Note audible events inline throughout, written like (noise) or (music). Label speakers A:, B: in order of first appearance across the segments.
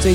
A: 最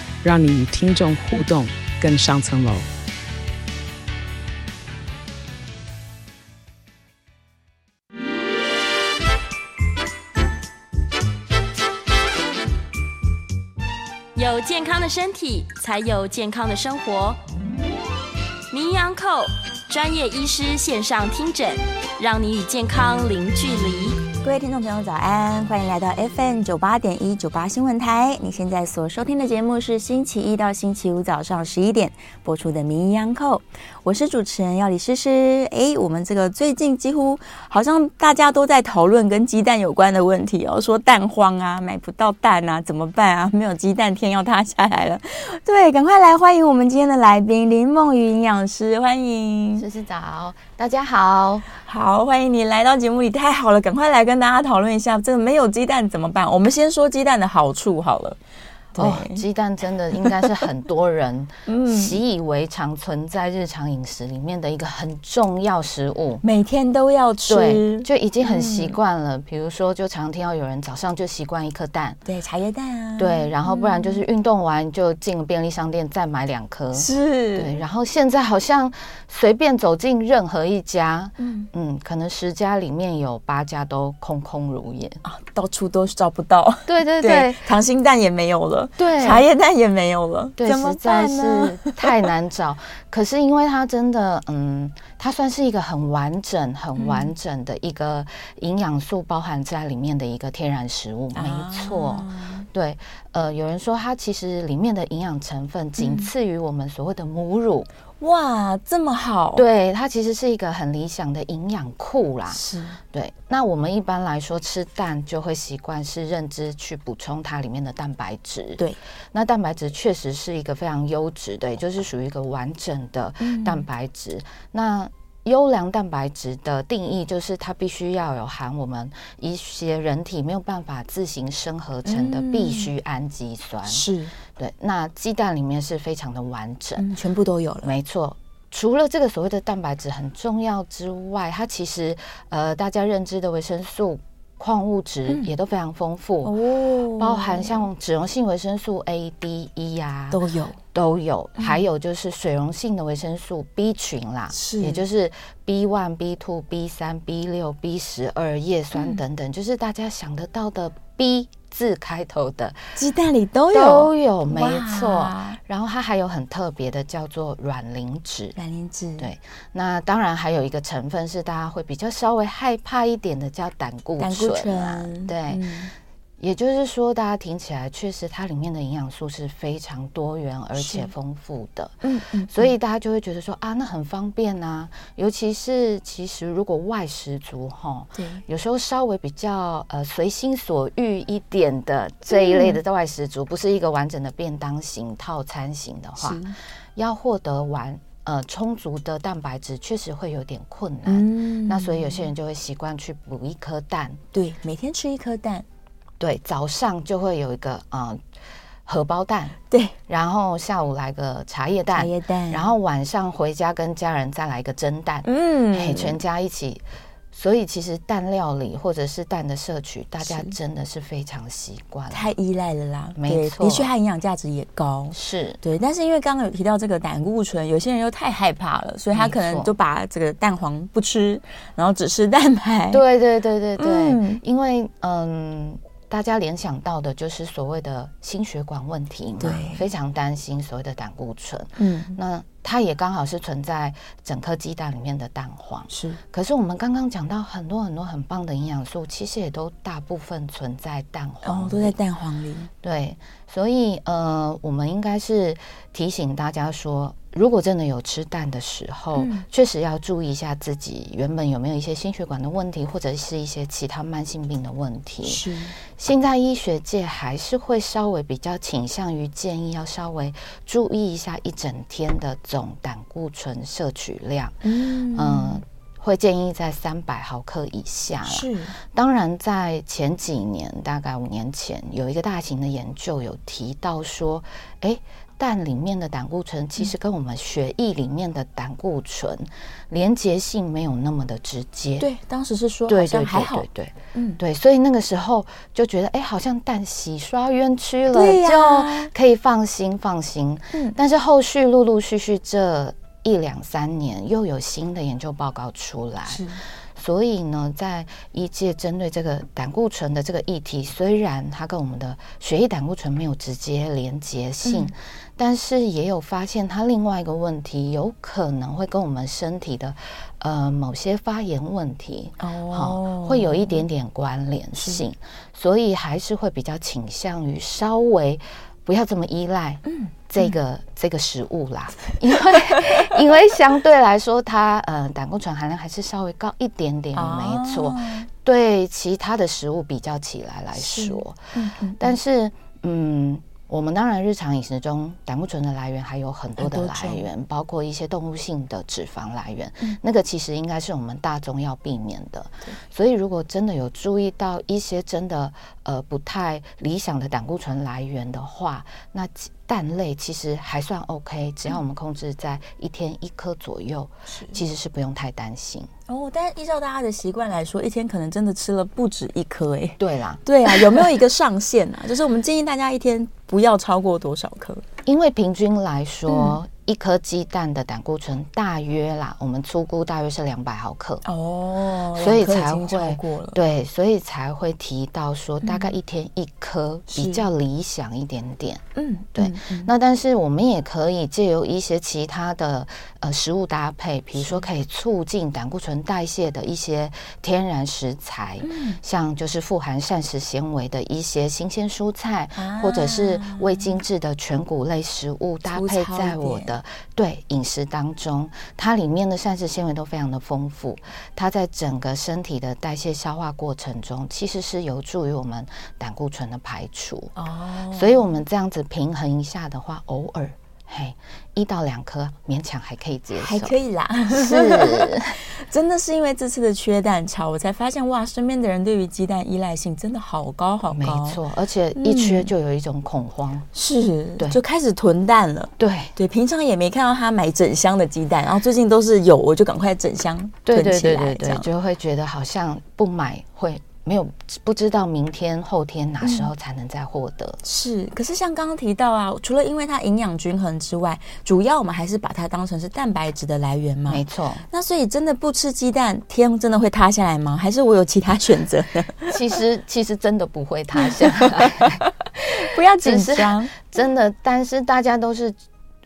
A: 让你与听众互动更上层楼。
B: 有健康的身体，才有健康的生活。名扬寇专业医师线上听诊，让你与健康零距离。
C: 各位听众朋友，早安！欢迎来到 FM 九八点一九八新闻台。你现在所收听的节目是星期一到星期五早上十一点播出的《名医央叩》，我是主持人要李诗诗。哎，我们这个最近几乎好像大家都在讨论跟鸡蛋有关的问题哦，说蛋荒啊，买不到蛋啊，怎么办啊？没有鸡蛋，天要塌下来了。对，赶快来欢迎我们今天的来宾林梦雨营养师，欢迎。
D: 思思早，大家好。
C: 好，欢迎你来到节目里，太好了，赶快来跟大家讨论一下，这个没有鸡蛋怎么办？我们先说鸡蛋的好处好了。对，
D: 哦，鸡蛋真的应该是很多 (laughs) 人习以为常，存在日常饮食里面的一个很重要食物。
C: 每天都要吃，
D: 对，就已经很习惯了。比如说，就常听到有人早上就习惯一颗蛋，
C: 对茶叶蛋啊，
D: 对，然后不然就是运动完就进便利商店再买两颗，对。
C: 是，
D: 然后现在好像随便走进任何一家，嗯可能十家里面有八家都空空如也。
C: 啊，到处都找不到。
D: (laughs) 对 (laughs) 对对，
C: 溏心蛋也没有了，
D: 对
C: 茶叶蛋也没有了，
D: 对，
C: 怎么
D: 实在
C: 办呢？
D: 是太难找。可是因为它真的，嗯，它算是一个很完整、很
C: 嗯
D: 完整的一个营养素包含在里面的一个天然食物，
C: 啊
D: 没错。对，呃，有人说它其实里面的营养成分
C: 嗯
D: 仅次于我们所谓的母乳，
C: 哇，这么好，，
D: 对，它其实是一个很理想的营养库啦。
C: 是，
D: 对，那我们一般来说吃蛋就会习惯是认知去补充它里面的蛋白质。
C: 对，
D: 那蛋白质确实是一个非常优质的，也就是属于一个完整的
C: 嗯
D: 蛋白质。那优良蛋白质的定义就是它必须要有含我们一些人体没有办法自行生合成的必需氨基酸。
C: 嗯是，
D: 对，那鸡蛋里面是非常的完整。
C: 嗯，全部都有了，
D: 没错。除了这个所谓的蛋白质很重要之外，它其实呃大家认知的维生素、矿物质也都非常丰富，
C: 嗯哦
D: 包含像脂溶性维生素 A、D、E 呀、
C: 都嗯有，
D: 都有，还有就是水溶性的维生素 B 群啦，
C: 是
D: 也就是 B one、B two、B 三、B 六、B 十二、叶
C: 嗯
D: 酸等等，就是大家想得到的 B 字开头的
C: 鸡蛋里都有，
D: 都有，没错
C: 哇。
D: 然后它还有很特别的叫做卵磷脂，
C: 软磷脂，
D: 对那当然还有一个成分是大家会比较稍微害怕一点的，叫胆固
C: 胆固
D: 醇啊。
C: 醇，
D: 对，
C: 嗯
D: 也就是说，大家听起来确实它里面的营养素是非常多元而且丰富的。
C: 嗯嗯，
D: 所以大家就会觉得说啊，那很方便呐、尤其是其实如果外食族哈，
C: 对，
D: 有时候稍微比较呃随心所欲一点的这
C: 嗯
D: 一类的外食族，不是一个完整的便当型套餐型的话，要获得完呃充足的蛋白质，确实会有点困难。
C: 嗯
D: 那所以有些人就会习惯去补一颗蛋，
C: 对，每天吃一颗蛋，
D: 对，早上就会有一个呃荷包蛋，
C: 对，
D: 然后下午来个茶叶蛋，
C: 茶叶蛋，
D: 然后晚上回家跟家人再来一个蒸蛋，哎、
C: 嗯，
D: 全家一起。所以其实蛋料理或者是蛋的摄取，大家真的是非常习惯了。
C: 太依赖了啦，
D: 没
C: 对
D: 错
C: 的确它营养价值也高。
D: 是，
C: 对，但是因为刚刚有提到这个胆固醇，有些人又太害怕了，所以他
D: 没
C: 可能
D: 错
C: 就把这个蛋黄不吃，然后只吃蛋白。，
D: 对对对对对，
C: 嗯
D: 因为嗯，大家联想到的就是所谓的心血管问题嘛，
C: 对
D: 非常担心所谓的胆固醇。
C: 嗯，
D: 那它也刚好是存在整颗鸡蛋里面的蛋黄。
C: 是
D: 可是我们刚刚讲到很多很多很棒的营养素，其实也都大部分存在蛋黄
C: 哦
D: 里，
C: 都在蛋黄里，
D: 对，所以呃，我们应该是提醒大家说，如果真的有吃蛋的时候，
C: 嗯
D: 确实要注意一下自己原本有没有一些心血管的问题，或者是一些其他慢性病的问题。
C: 是
D: 现在医学界还是会稍微比较倾向于建议要稍微注意一下一整天的总胆固醇摄取量，
C: 嗯
D: 嗯、会建议在三百毫克以下啦。
C: 嗯是
D: 当然，在前几年，大概五年前，有一个大型的研究有提到说，诶，蛋里面的胆固醇其实跟我们血液里面的胆固醇连结性没有那么的直接。
C: 对，当时是说好
D: 对
C: 像
D: 对
C: 还
D: 对
C: 好
D: 对，对，
C: 嗯
D: 对，所以那个时候就觉得，诶，好像蛋洗刷冤屈了，
C: 对呀
D: 就可以放心放心。
C: 嗯
D: 但是后续陆陆续续这一两三年，又有新的研究报告出来，
C: 是
D: 所以呢，在医界针对这个胆固醇的这个议题，虽然它跟我们的血液胆固醇没有直接连结性，但是也有发现它另外一个问题，有可能会跟我们身体的呃某些发炎问题。
C: 哦
D: 哦，，会有一点点关联性，所以还是会比较倾向于稍微不要这么依赖，
C: 嗯
D: 这个、这个食物啦， (laughs) 因为因为相对来说它呃胆固醇含量还是稍微高一点点，没错
C: 哦，，
D: 对其他的食物比较起来来说，
C: 嗯嗯
D: 但是嗯。我们当然日常饮食中胆固醇的来源还有很多的
C: 很多
D: 来
C: 种
D: 源，包括一些动物性的脂肪来源，那个其实应该是我们大众要避免的。所以如果真的有注意到一些真的呃不太理想的胆固醇来源的话，那其蛋类其实还算 OK，只要我们控制在一天一颗左右，
C: 是
D: 其嗯实是不用太担心。
C: 哦，但是依照大家的习惯来说，一天可能真的吃了不止一颗哎。
D: 对啦，
C: (laughs) 对啊，有没有一个上限啊？就是我们建议大家一天不要超过多少颗？
D: 因为平均来
C: 嗯
D: 说，一颗鸡蛋的胆固醇大约啦，我们粗估大约是两百毫克。
C: 哦
D: 所以才
C: 两颗已经
D: 会
C: 超过了。
D: 对，所以才会提到说，大概一天一颗
C: 嗯是
D: 比较理想一点点。
C: 嗯，
D: 对
C: 嗯，嗯
D: 那但是我们也可以借由一些其他的呃食物搭配，比如说可以促进胆固醇代谢的一些天然食材，
C: 嗯
D: 像就是富含膳食纤维的一些新鲜蔬菜，或者是未精制的全谷类食物搭
C: 啊粗
D: 配
C: 糙
D: 在
C: 一
D: 我
C: 点
D: 的对饮食当中，它里面的膳食纤维都非常的丰富，它在整个身体的代谢消化过程中，其实是有助于我们胆固醇的排除。
C: 哦，
D: 所以我们这样子平衡一下的话，偶尔嘿一到两颗勉强还可以接受，
C: 还可以啦。 (laughs)
D: 是
C: 真的是因为这次的缺蛋潮，我才发现哇，身边的人对于鸡蛋依赖性真的好高好高。
D: 没，
C: 嗯
D: 错，而且一缺就有一种恐慌，
C: 是，
D: 对
C: 就开始囤蛋了。
D: 对
C: 对，平常也没看到他买整箱的鸡蛋，然后最近都是有，我就赶快整箱
D: 对
C: 囤
D: 对
C: 起
D: 对
C: 来。
D: 对
C: 这
D: 对，
C: 样
D: 就会觉得好像不买会没有不知道明天后天哪时候才能再获得，
C: 是，可是像刚刚提到啊，除了因为它营养均衡之外，主要我们还是把它当成是蛋白质的来源嘛。(laughs)
D: 没错。
C: 那所以真的不吃鸡蛋，天真的会塌下来吗？还是我有其他选择呢？
D: 其实其实真的不会塌下来，
C: (laughs) 不要
D: 只
C: 紧
D: 是
C: 张，
D: 真的，但是大家都是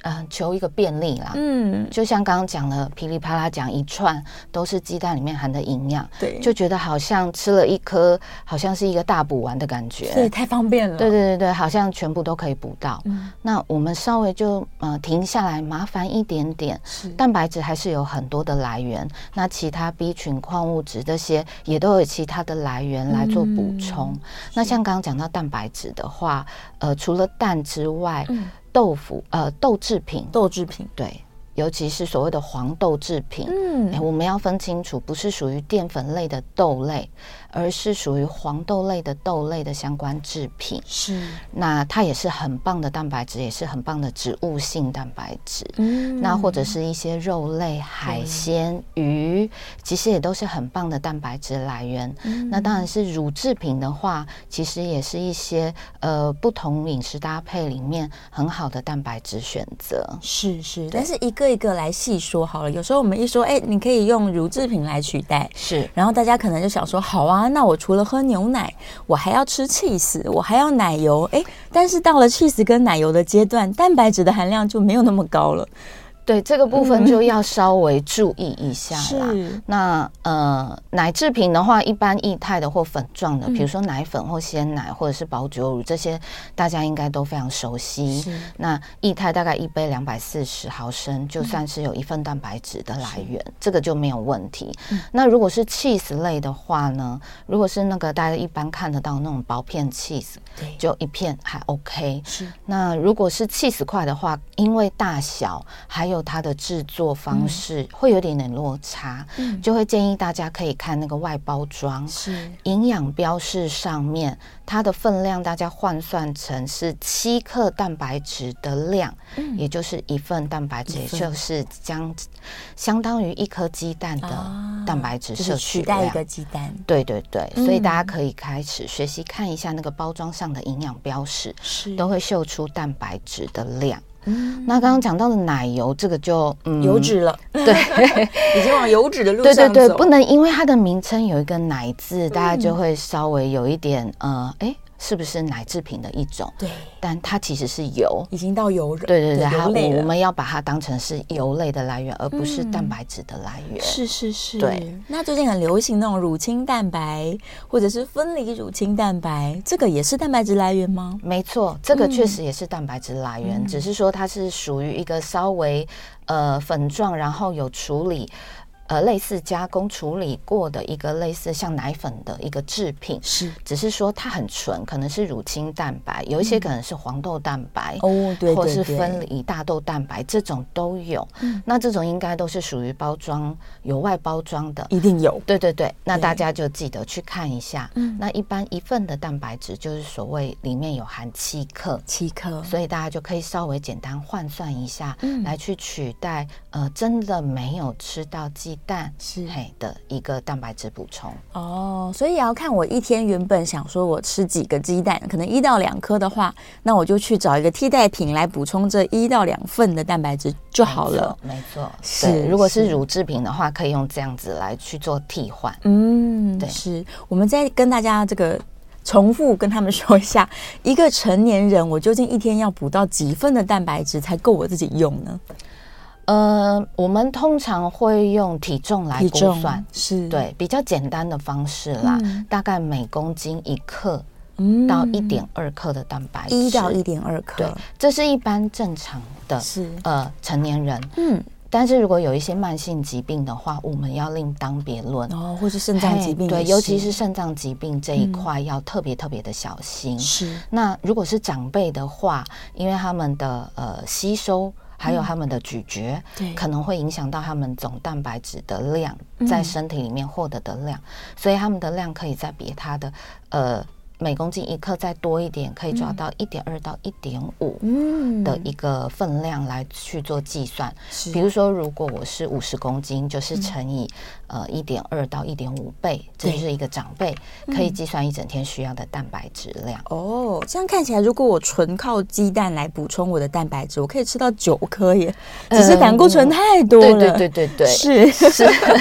D: 嗯、呃求一个便利啦，
C: 嗯，
D: 就像刚刚讲了，噼里啪啦讲一串都是鸡蛋里面含的营养，
C: 对，
D: 就觉得好像吃了一颗，好像是一个大补丸的感觉。
C: 对，太方便了，
D: 对对对对好像全部都可以补到。
C: 嗯
D: 那我们稍微就呃停下来，麻烦一点点。
C: 是
D: 蛋白质还是有很多的来源，那其他 B 群、矿物质这些也都有其他的来源来做补
C: 嗯
D: 充。那像刚刚讲到蛋白质的话，呃，除了蛋之外，
C: 嗯
D: 豆腐呃豆制品
C: 豆制品，
D: 对，尤其是所谓的黄豆制品，
C: 嗯
D: 诶我们要分清楚，不是属于淀粉类的豆类，而是属于黄豆类的豆类的相关制品。
C: 是，
D: 那它也是很棒的蛋白质，也是很棒的植物性蛋白质。
C: 嗯
D: 那或者是一些肉类、海鲜、鱼，其实也都是很棒的蛋白质来源。
C: 嗯
D: 那当然是乳制品的话，其实也是一些呃不同饮食搭配里面很好的蛋白质选择。
C: 是是，但是一个一个来细说好了。有时候我们一说，哎、你可以用乳制品来取代，
D: 是
C: 然后大家可能就想说，好啊，那我除了喝牛奶，我还要吃 cheese，我还要奶
D: (laughs)
C: 油，诶，但是到了 cheese 跟奶油的阶段，蛋白质的含量就没有那么高了。
D: 对这个部分就要稍微注意一下啦。
C: 嗯是
D: 那呃，奶制品的话，一般液态的或粉状的，比如说奶粉或鲜奶或者是保久乳，这些大家应该都非常熟悉。那液态大概一杯两百四十毫升，就算是有一份蛋白质的来源，这个就没有问题。那如果是 cheese 类的话呢，如果是那个大家一般看得到那种薄片 cheese，
C: 对
D: 就一片还 OK。
C: 是
D: 那如果是气死块的话，因为大小还有它的制作方式、
C: 嗯
D: 会有点点落差，就会建议大家可以看那个外包装。
C: 是
D: 营养标示上面，它的分量大家换算成是七克蛋白质的量，
C: 嗯
D: 也就是一份蛋白质，也就是将相当于一颗鸡蛋的
C: 啊
D: 蛋白质
C: 就是
D: 摄取
C: 取
D: 量。
C: 代一个嗯鸡蛋，
D: 对对对，所以大家可以开始学习看一下那个包装上的营养标识，
C: 是
D: 都会秀出蛋白质的量。那刚刚讲到的奶油，这个就嗯
C: 嗯油脂了，
D: 对
C: (laughs) 已经往油脂的路
D: 对对
C: 上走。
D: 对，不能因为它的名称有一个奶字，大家就会稍微有一点呃，哎，是不是奶制品的一种？
C: 对，
D: 但它其实是油。
C: 已经到油了，
D: 对对对，它
C: 油类嗯
D: 我我
C: 了。
D: 们要把它当成是油类的来源，而不是蛋白质的来源。
C: 是是是，
D: 对。
C: 那最近很流行那种乳清蛋白，或者是分离乳清蛋白，这个也是蛋白质来源吗？
D: 没错，这个确实
C: 嗯
D: 也是蛋白质来源，只是说它是属于一个稍微呃粉状，然后有处理。呃，类似加工处理过的一个类似像奶粉的一个制品，
C: 是
D: 只是说它很纯，可能是乳清蛋白，有一些可能是黄豆蛋白，
C: 嗯哦，对
D: 或
C: 对
D: 是
C: 对，
D: 分离大豆蛋白，这种都有。
C: 嗯
D: 那这种应该都是属于包装有外包装的，
C: 一定有
D: 对对对，那
C: 对嗯
D: 大家就记得去看一下。那一般一份的蛋白质就是所谓里面有含七克，
C: 七克，
D: 所以大家就可以稍微简单换算一下，
C: 嗯
D: 来去取代呃真的没有吃到鸡蛋
C: 是
D: 嘿的一个蛋白质补充。
C: 哦，所以也要看我一天原本想说我吃几个鸡蛋，可能一到两颗的话，那我就去找一个替代品来补充这一到两份的蛋白质就好了。
D: 没错，没
C: 是
D: 错。对，如果是
C: 是
D: 乳制品的话，可以用这样子来去做替换。
C: 嗯，
D: 对
C: 是。我们再跟大家这个重复跟他们说一下，一个成年人我究竟一天要补到几份的蛋白质才够我自己用呢？
D: 呃，我们通常会用体重来
C: 体
D: 估
C: 重
D: 算，
C: 是，
D: 对，比较简单的方式啦，大概每公斤一克
C: 嗯
D: 到一点二克的蛋白质，
C: 一到一点二克
D: 对，，这是一般正常的
C: 是，
D: 呃成年人。
C: 嗯，
D: 但是如果有一些慢性疾病的话，我们要另当别论。
C: 然后或是哦肾脏疾病
D: 嘿
C: 也，
D: 哎对，尤其是肾脏疾病这一块要特别特别的小心。
C: 是
D: 那如果是长辈的话，因为他们的呃吸收。还有他们的咀嚼，
C: 对
D: 可能会影响到他们总蛋白质的量，
C: 嗯
D: 在身体里面获得的量，所以他们的量可以再比它的呃每公斤一克再多一点，可以抓到一点二到一点五
C: 嗯
D: 的一个分量来去做计算。
C: 是
D: 比如说，如果我是五十公斤，
C: 嗯
D: 就是乘以、呃一点二到一点五倍，这
C: 对
D: 就是一个长辈可以计算一整天需要的蛋白质量。
C: 哦，这样看起来，如果我纯靠鸡蛋来补充我的蛋白质，我可以吃到九颗耶，只是胆固醇太嗯多了。
D: 嗯对对对对对，
C: 是
D: 是， (laughs)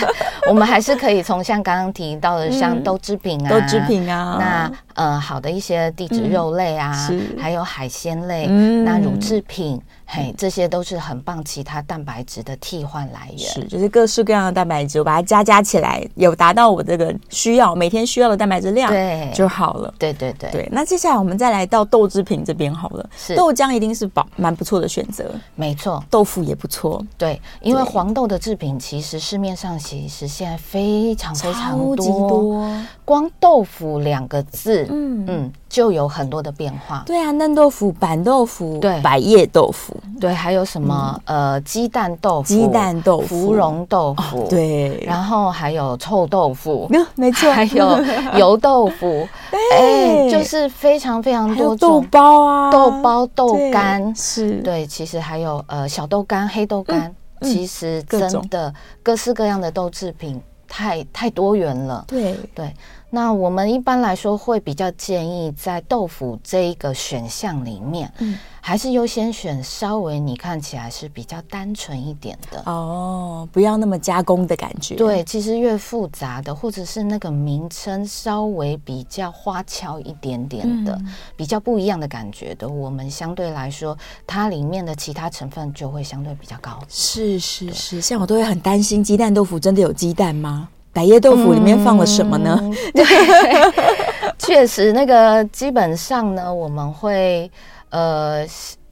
D: 我们还是可以从像刚刚提到的，像豆制品啊，
C: 嗯豆制品啊
D: 那呃好的一些地质肉类啊
C: 嗯是，
D: 还有海鲜类，
C: 嗯
D: 那乳制品，嘿，这些都是很棒其他蛋白质的替换来源。
C: 是，就是各式各样的蛋白质，我把它加加起来，有达到我这个需要每天需要的蛋白质量，
D: 对
C: 啊就好了。
D: 对对对，
C: 对，那接下来我们再来到豆制品这边好了，
D: 是
C: 豆浆一定是饱蛮不错的选择，
D: 没错。
C: 豆腐也不错，
D: 对，因为
C: 对
D: 黄豆的制品其实市面上其实现在非常非常
C: 超级多。
D: 光豆腐两个字，
C: 嗯
D: 嗯嗯，就有很多的变化。
C: 对啊，嫩豆腐、板豆腐、
D: 对嗯
C: 百叶豆腐，
D: 对，还有什么、呃，鸡蛋豆腐、
C: 嗯鸡蛋豆腐哦
D: 芙蓉豆腐，，
C: 对，
D: 然后还有臭豆
C: (laughs)
D: 腐，
C: 嗯没错，
D: 还
C: (laughs)
D: 有油豆腐，哎、就是非常非常
C: 还有
D: 多
C: 豆
D: 种
C: 包啊，
D: 豆包、豆
C: 对
D: 干，
C: 是，
D: 对，其实还有呃小豆干、黑豆干，其实
C: 各
D: 真
C: 种
D: 的各式各样的豆制品太太多元了。
C: 对，
D: 对，那我
C: 嗯
D: 们一般来说会比较建议在豆腐这一个选项里面，还是优先选稍微你看起来是比较单纯一点的。
C: 哦，不要那么加工的感觉。
D: 对，其实越复杂的，或者是那个名称稍微比较花俏一点点的，
C: 嗯
D: 比较不一样的感觉的，我们相对来说，它里面的其他成分就会相对比较高。 (laughs)
C: 是是是，像我都会很担心鸡蛋豆腐真的有鸡蛋吗？百叶豆腐里面放了什么呢？
D: 嗯？对，确实，那个基本上呢，我们会呃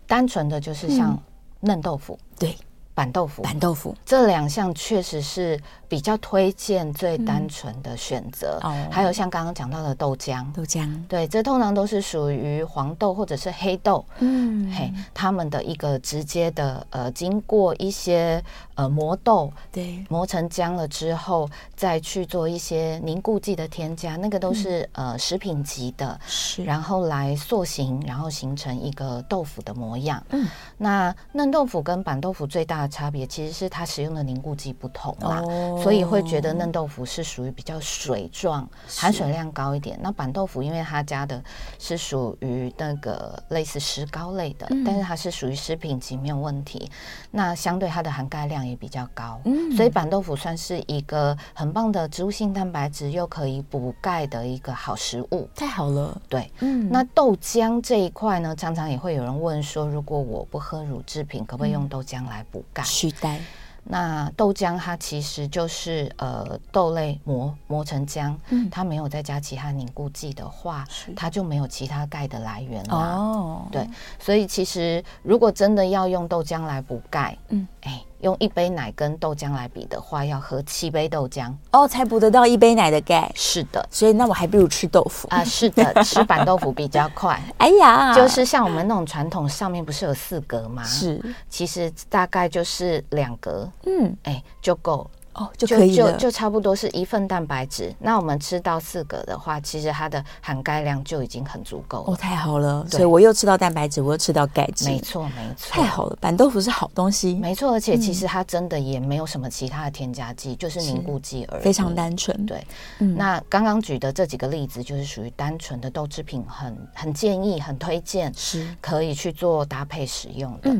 D: 单纯的就是像嫩豆腐、
C: 对，
D: 板豆
C: 嗯
D: 腐。
C: 板豆腐
D: 这两项确实是比较推荐最单纯的选择，
C: 嗯哦
D: 还有像刚刚讲到的豆浆，
C: 豆浆，
D: 对，这通常都是属于黄豆或者是黑豆，
C: 嗯
D: 嘿，他们的一个直接的呃，经过一些呃磨豆，
C: 对，
D: 磨成浆了之后，再去做一些凝固剂的添加，那个都是、呃食品级的，
C: 嗯是
D: 然后来塑形，然后形成一个豆腐的模样。
C: 嗯，
D: 那嫩豆腐跟板豆腐最大的差别其实是它使用的凝固剂不同啦，
C: 哦
D: 啊所以会觉得嫩豆腐是属于比较水状，含水量高一点。那板豆腐因为它加的是属于那个类似石膏类的，
C: 嗯
D: 但是它是属于食品级没有问题，那相对它的含钙量也比较高。
C: 嗯
D: 所以板豆腐算是一个很棒的植物性蛋白质，又可以补钙的一个好食物。
C: 太好了，
D: 对，
C: 嗯
D: 那豆浆这一块呢，常常也会有人问说，如果我不喝乳制品，可不可
C: 嗯
D: 以用豆浆来补钙？
C: 取代
D: 那豆浆它其实就是呃豆类磨磨成浆，
C: 嗯
D: 它没有再加其他凝固剂的话，它就没有其他钙的来源啦。
C: 哦，
D: 对，所以其实如果真的要用豆浆来补钙，
C: 嗯
D: 嗯，哎，用一杯奶跟豆浆来比的话，要喝七杯豆浆。
C: 哦，才补得到一杯奶的钙，
D: 是的，
C: 所以那我还不如吃豆腐。
D: 啊，是的，吃板豆腐比较快。
C: (laughs) 哎呀，
D: 就是啊像我们那种传统上面不是有四格吗？，
C: 是，
D: 其实大概就是两格，
C: 嗯，
D: 哎、就够，
C: 哦，就可以
D: 就
C: 了，
D: 就差不多是一份蛋白质。那我们吃到四格的话，其实它的含钙量就已经很足够了。
C: 哦，太好了，所以我又吃到蛋白质，我又吃到钙质，
D: 没错，没错，
C: 太好了，嗯板豆腐是好东西，
D: 没错，而且其实它真的也没有什么其他的添加剂，就是凝固剂而已，
C: 非常。单纯，
D: 对，
C: 嗯
D: 那刚刚举的这几个例子就是属于单纯的豆制品很，很建议、很推荐，
C: 是嗯
D: 可以去做搭配使用的。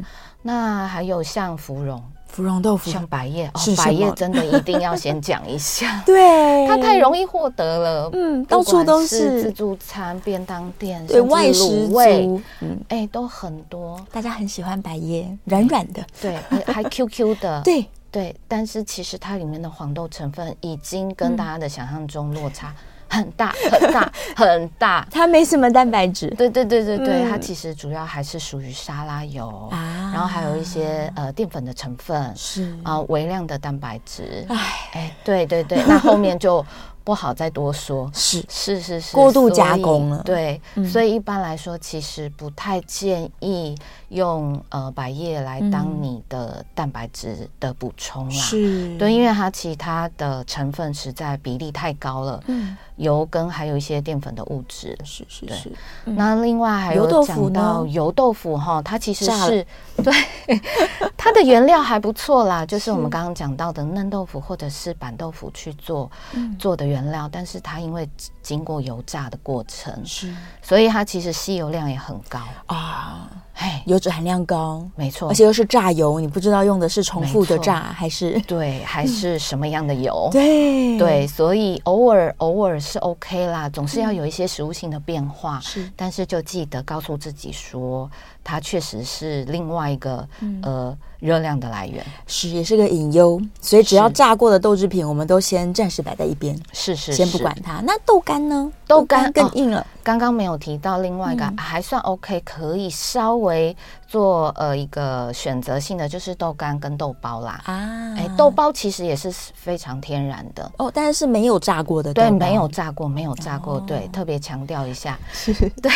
D: 那还有像芙蓉、
C: 芙蓉豆腐，
D: 像百叶，哦
C: 是，什么，
D: 百叶真的一定要先讲一下
C: 对，
D: 它太容易获得了。
C: 嗯，
D: 不
C: 到处
D: 管
C: 都
D: 是自
C: 是，
D: 助餐、便当店，
C: 对
D: 甚至
C: 外食
D: 卤味，
C: 族，嗯，
D: 哎、都很多。
C: 大家很喜欢白椰，软软的，
D: 对，还 (laughs) QQ 的，
C: (laughs) 对，
D: 对，但是其实它里面的黄豆成分已经
C: 嗯
D: 跟大家的想象中落差很大、很
C: (laughs)
D: 大、很大。
C: 它没什么蛋白质
D: 对对对对对，
C: 嗯
D: 它其实主要还是属于沙拉油，
C: 啊
D: 然后还有一些呃淀粉的成分，
C: 是
D: 啊、微量的蛋白质。
C: 唉，
D: 哎，对对对，那后面就不好再多说。
C: 是
D: 是是是，
C: 过度
D: 所以
C: 加工了嗯
D: 对，所以一般来说，其实不太建议用呃百叶来当你的蛋白质的补充啦。
C: 是，
D: 对，因为它其他的成分实在比例太高了，
C: 嗯，
D: 油跟还有一些淀粉的物质。
C: 是是
D: 对
C: 是，
D: 那另外还
C: 嗯油豆
D: 有
C: 腐
D: 讲
C: 呢
D: 到油豆腐哈，它其实
C: 炸了
D: 是 (laughs) 对它的原料还不
C: (laughs)
D: 错啦，就是我们刚刚讲到的嫩豆腐或者是板豆腐去做
C: 嗯
D: 做的原料，但是它因为经过油炸的过程，
C: 是
D: 所以它其实吸油量也很高。
C: 啊，
D: 嘿，
C: 油脂含量高，
D: 没错，
C: 而且又是榨油，你不知道用的是重复的
D: 没错
C: 榨还是
D: 对，还
C: 嗯
D: 是什么样的油？
C: 对
D: 对，所以偶尔偶尔是 OK 啦，总是要有一些食物性的变化。
C: 是
D: 但是就记得告诉自己说，它确实是另外一个、
C: 嗯
D: 呃热量的来源。
C: 是也是个隐忧，所以只要
D: 是
C: 炸过的豆制品，我们都先暂时摆在一边，
D: 是是是，
C: 先不管。它。那豆干呢？
D: 豆干
C: 更
D: 哦
C: 硬了，
D: 刚刚没有提到另外
C: 嗯
D: 一个、还算 OK，可以稍微做呃一个选择性的，就是豆干跟豆包啦。
C: 啊，
D: 哎、豆包其实也是非常天然的。
C: 哦，但是是没有炸过的，
D: 对，没有，炸过，没有炸过，
C: 哦
D: 对，特别强调一下，
C: (laughs)
D: 对，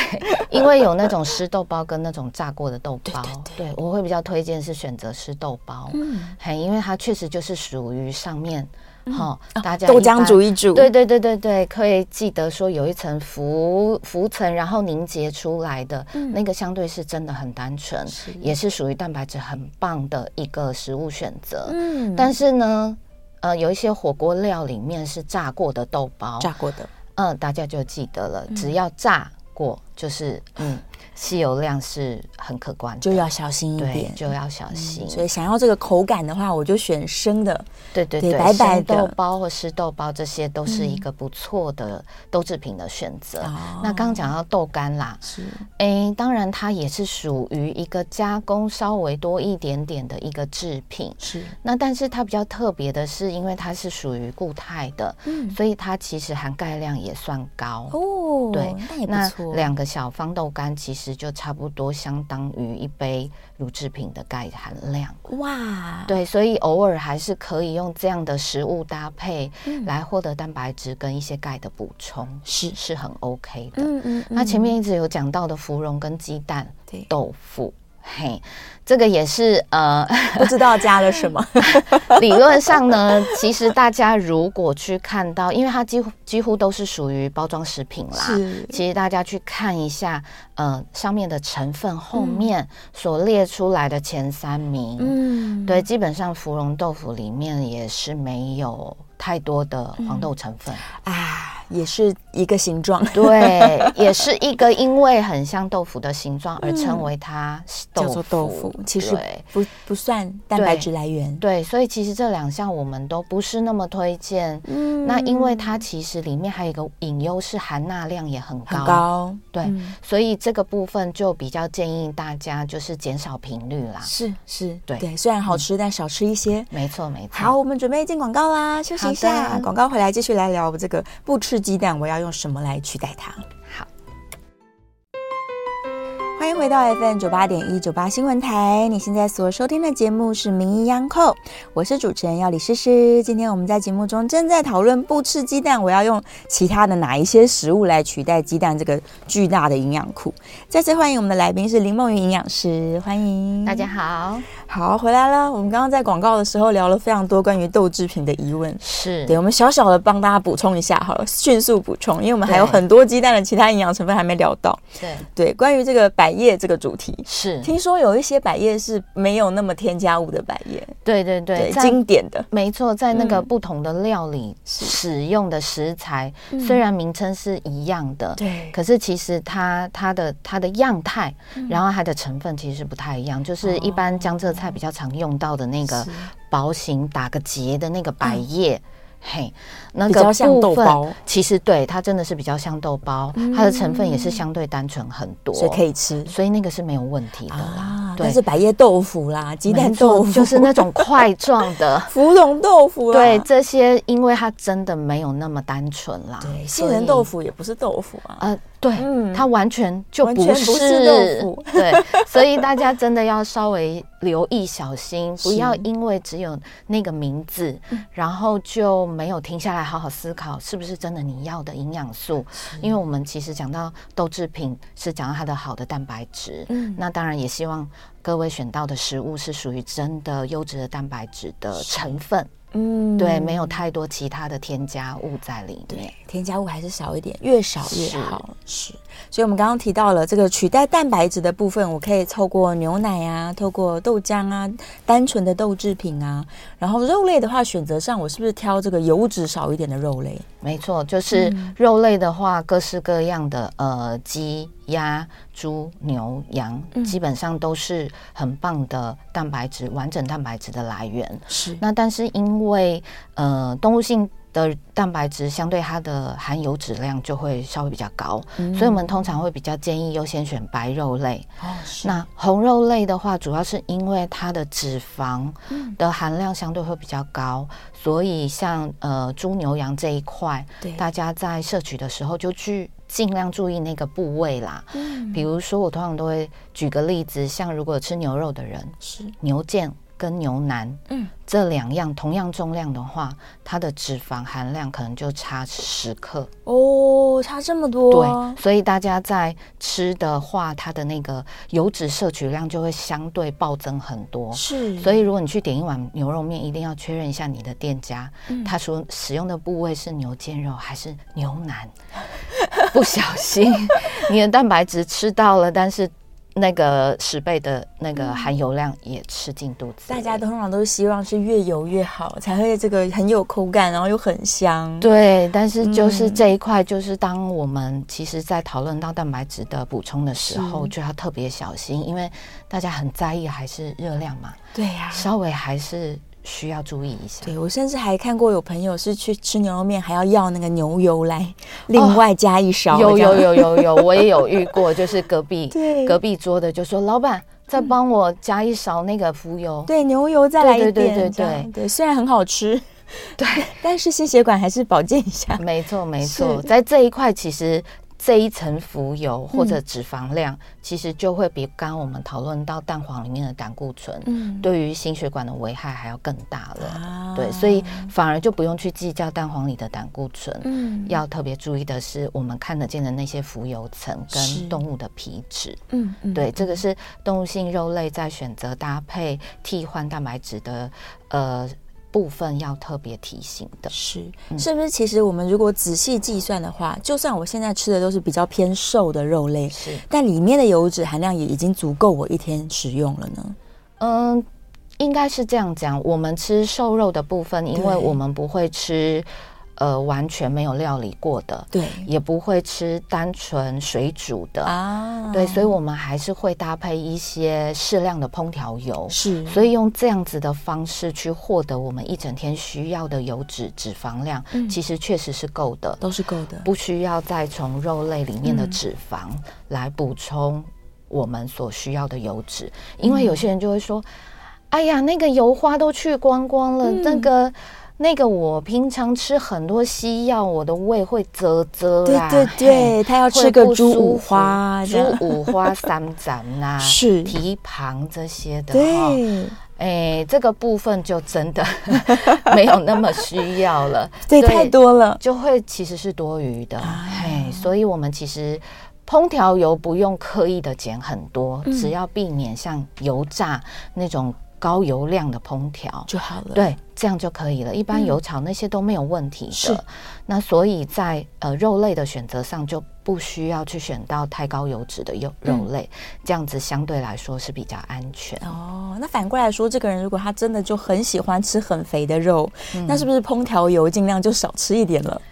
D: 因为有那种湿豆包跟那种炸过的豆包，
C: 对
D: 我会比较推荐是选择湿豆包，
C: 嗯，
D: 嘿，因为它确实就是属于上面，哈，大家
C: 哦豆
D: 一般
C: 浆煮。一煮，
D: 对，对对对对，可以记得说有一层浮浮层，然后凝结出来的、
C: 嗯
D: 那个，相对是真的很单纯，也是属于蛋白质很棒的一个食物选择。
C: 嗯，
D: 但是呢，呃，有一些火锅料里面是炸过的豆包，
C: 炸过的
D: 嗯嗯，大家就记得了，只要炸过，就是嗯，吸油量是很可观的，
C: 嗯就要小心一
D: 对
C: 点。嗯
D: 就要小心。
C: 所以想要这个口感的话，我就选生的。
D: 对对
C: 对
D: 对，
C: 白白
D: 生豆
C: 的嗯
D: 包或湿豆包，这些都是一个不错的豆制品的选择。
C: 哦
D: 那刚刚讲到豆干啦，
C: 是
D: 诶，当然它也是属于一个加工稍微多一点点的一个制品。
C: 是，
D: 那但是它比较特别的是，因为它是属于固态的，
C: 嗯
D: 所以它其实含钙量也算高。
C: 哦，
D: 对
C: 那也
D: 那
C: 不错。
D: 两个小方豆干其实就差不多相当于一杯乳制品的钙含量。
C: 哇，，
D: 对，所以偶尔还是可以用这样的食物搭配
C: 嗯
D: 来获得蛋白质跟一些钙的补充，是是很 OK 的。
C: 嗯嗯，
D: 那前面一直有讲到的芙蓉跟鸡蛋、
C: 对，
D: 豆腐，嘿，这个也是呃，
C: 不知道加了
D: (laughs)
C: 什么， (laughs)
D: 理论上呢，其实大家如果去看到，因为它几乎几乎都是属于包装食品啦，
C: 是
D: 其实大家去看一下，呃，上面的成分后面所列出来的前三名，
C: 嗯，
D: 对，基本上芙蓉豆腐里面也是没有太多的黄豆成分，
C: 啊，也是一个形状，
D: 对， (laughs) 也是一个因为很像豆腐的形状而称为它是豆
C: 嗯叫做
D: 腐，
C: 豆腐，其实
D: 对
C: 不不算蛋白质来源。
D: 对，所以其实这两项我们都不是那么推荐。
C: 嗯
D: 那因为它其实里面还有一个隐忧是含钠量也很高，
C: 很高，嗯
D: 对，所以这个部分就比较建议大家就是减少频率啦。
C: 是是，
D: 对
C: 对，嗯虽然好吃，但少吃一些。
D: 没错，没错。
C: 好，我们准备进广告啦，休息一
D: 好
C: 下。
D: 的
C: 广告回来继续来聊这个不吃鸡蛋，我要用什么来取代它？
D: 好，
C: 欢迎回到 FM 九八点一九八新闻台，你现在所收听的节目是《名医央叩》，我是主持人要李诗诗。今天我们在节目中正在讨论不吃鸡蛋，我要用其他的哪一些食物来取代鸡蛋这个巨大的营养库。再次欢迎我们的来宾是林梦云营养师，欢迎
D: 大家好，
C: 好，回来了。我们刚刚在广告的时候聊了非常多关于豆制品的疑问。
D: 是
C: 对，我们小小的帮大家补充一下好了，迅速补充，因为我们还有
D: 对
C: 很多鸡蛋的其他营养成分还没聊到。
D: 对，
C: 对，关于这个百叶这个主题，
D: 是，
C: 听说有一些百叶是没有那么添加物的百叶，
D: 对对对，
C: 对，
D: 在
C: 经典的
D: 没错，在那个
C: 嗯
D: 不同的料理使用的食材，
C: 嗯
D: 虽然名称是一样的，
C: 对
D: 可是其实它它的它的样态，然后它的成分其实不太一样。就是一般江浙菜比较常用到的那个薄型打个结的那个百叶。嘿，那
C: 比
D: 个
C: 较像
D: 部
C: 豆
D: 分
C: 包
D: 其实对它真的是比较像豆包，它的成分也是相对单纯很多，
C: 所以可以吃
D: 所以那个是没有问题的啦
C: 啊。，
D: 对
C: 但是百叶豆腐啦，鸡蛋
D: 没错
C: 豆腐
D: 就是那种块状的，
C: (laughs) 芙蓉豆腐啊啦，
D: 对这些，因为它真的没有那么单纯啦。
C: 对，
D: 所
C: 杏
D: 以
C: 仁豆，腐也不是豆腐啊，
D: 呃，对，
C: 嗯
D: 它完全就
C: 完
D: 不
C: 全不是豆腐
D: (laughs) 对，所以大家真的要稍微留意小心，
C: (laughs)
D: 不
C: 是嗯
D: 要因为只有那个名字，然后就没有停下来好好思考是不是真的你要的营养素。因为我们其实讲到豆制品是讲到它的好的蛋白质，
C: 嗯
D: 那当然也希望各位选到的食物是属于真的优质的蛋白质的成分。
C: 嗯，
D: 对，没有太多其他的添加物在里面
C: 对。，添加物还是少一点，越少越
D: 是
C: 好。是，所以我们刚刚提到了这个取代蛋白质的部分，我可以透过牛奶啊，透过豆浆啊，单纯的豆制品啊，然后肉类的话，选择上我是不是挑这个油脂少一点的肉类？
D: 没错，就是肉类的话，各式各样的，呃，鸡、鸭、猪、牛、羊，基本上都是很棒的蛋白质，完整蛋白质的来源。
C: 是
D: 那但是因为呃动物性的蛋白质相对它的含油脂量就会稍微比较高，所以我们通常会比较建议优先选白肉类。
C: 哦，是
D: 那红肉类的话，主要是因为它的脂肪的含量相对会比较高，所以像呃猪牛羊这一块
C: 对，
D: 大家在摄取的时候就去尽量注意那个部位啦。比如说，我通常都会举个例子，像如果吃牛肉的人，
C: 是
D: 牛腱跟牛腩，
C: 嗯
D: 嗯，这两样同样重量的话，它的脂肪含量可能就差十克。
C: 哦，差这么多，
D: 对，所以大家在吃的话，它的那个油脂摄取量就会相对暴增很多。
C: 是，
D: 所
C: 以
D: 以，如果你去点一碗牛肉面，一定要确认一下你的店家，
C: 嗯
D: 他说使用的部位是牛腱肉还是 (laughs) 牛腩。不小心，你的蛋白质吃到了，但是那个十倍的那个含油量也吃进肚子里。
C: 大家通常都希望是越油越好，才会这个很有口感，然后又很香。
D: 对，但是就是这一块，就是当我们其实在讨论到蛋白质的补充的时
C: 嗯
D: 候，就要特别小心，因为大家很在意还是热量嘛，
C: 对呀、
D: 稍微还是需要注意一下。
C: 对我甚至还看过有朋友是去吃牛肉面，还要要那个牛油来另外加一勺。
D: 哦有
C: 这样
D: 有，有有有，我也有遇过，就是隔壁
C: (laughs) 对嗯
D: 隔壁桌的就说老板再帮我加一勺那个浮油。
C: 对牛油再来一
D: 对
C: 点，
D: 对对对
C: 这样对，虽然很好吃，对， (laughs) 但是心血管还是保健一
D: (laughs)
C: 下。
D: 没错，没
C: 是
D: 错，在这一块其实。这一层浮油或
C: 嗯
D: 者脂肪量，其实就会比刚刚我们讨论到蛋黄里面的胆固醇，
C: 嗯，
D: 对于心血管的危害还要更大了。
C: 啊
D: 对，所以反而就不用去计较蛋黄里的胆固醇。
C: 嗯
D: 要特别注意的是，我们看得见的那些浮油层
C: 是
D: 跟动物的皮脂。
C: 嗯嗯，
D: 对，这个是动物性肉类在选择搭配替换蛋白质的呃部分要特别提醒的。
C: 是，
D: 嗯
C: 是不是？其实我们如果仔细计算的话，就算我现在吃的都是比较偏瘦的肉类，
D: 是，
C: 但里面的油脂含量也已经足够我一天使用了呢。
D: 嗯，应该是这样讲。我们吃瘦肉的部分，因为
C: 对
D: 我们不会吃呃完全没有料理过的，
C: 对
D: 也不会吃单纯水煮的。
C: 啊，
D: 对，所以我们还是会搭配一些适量的烹调油，
C: 是，
D: 所以用这样子的方式去获得我们一整天需要的油脂、脂肪量，
C: 嗯
D: 其实确实是够的，
C: 都是够的。
D: 不需要再从肉类里面的脂肪
C: 嗯
D: 来补充我们所需要的油脂，
C: 嗯
D: 因为有些人就会说：“哎呀，那个油花都去光
C: 嗯
D: 光了，那个。”那个我平常吃很多西药，我的胃会啧啧
C: 对
D: 啦。
C: 对对，
D: 嘿
C: 他要吃
D: 会
C: 个
D: 不
C: 猪
D: 舒
C: 五
D: 服
C: 花，这
D: 猪
C: 样
D: 五花三斩
C: (laughs)
D: 呐、
C: 是
D: 蹄膀这些的哈、
C: 对
D: 哎，这个部分就真
C: (laughs)
D: 的没有那么需要了，
C: 对，太多啊了。
D: 就会其实是多余的，嘿，所以我们其实。烹调油不用刻意的减很多，
C: 嗯
D: 只要避免像油炸那种高油量的烹调，
C: 就好了，，
D: 对，这样就可以了。一般油炒那些都没有问题的。
C: 嗯是
D: 那所以在呃肉类的选择上就不需要去选到太高油脂的肉
C: 嗯
D: 肉类，这样子相对来说是比较安全。
C: 哦，那反过来说，这个人如果他真的就很喜欢吃很肥的肉，
D: 嗯
C: 那是不是烹调油尽量就少吃一点了，。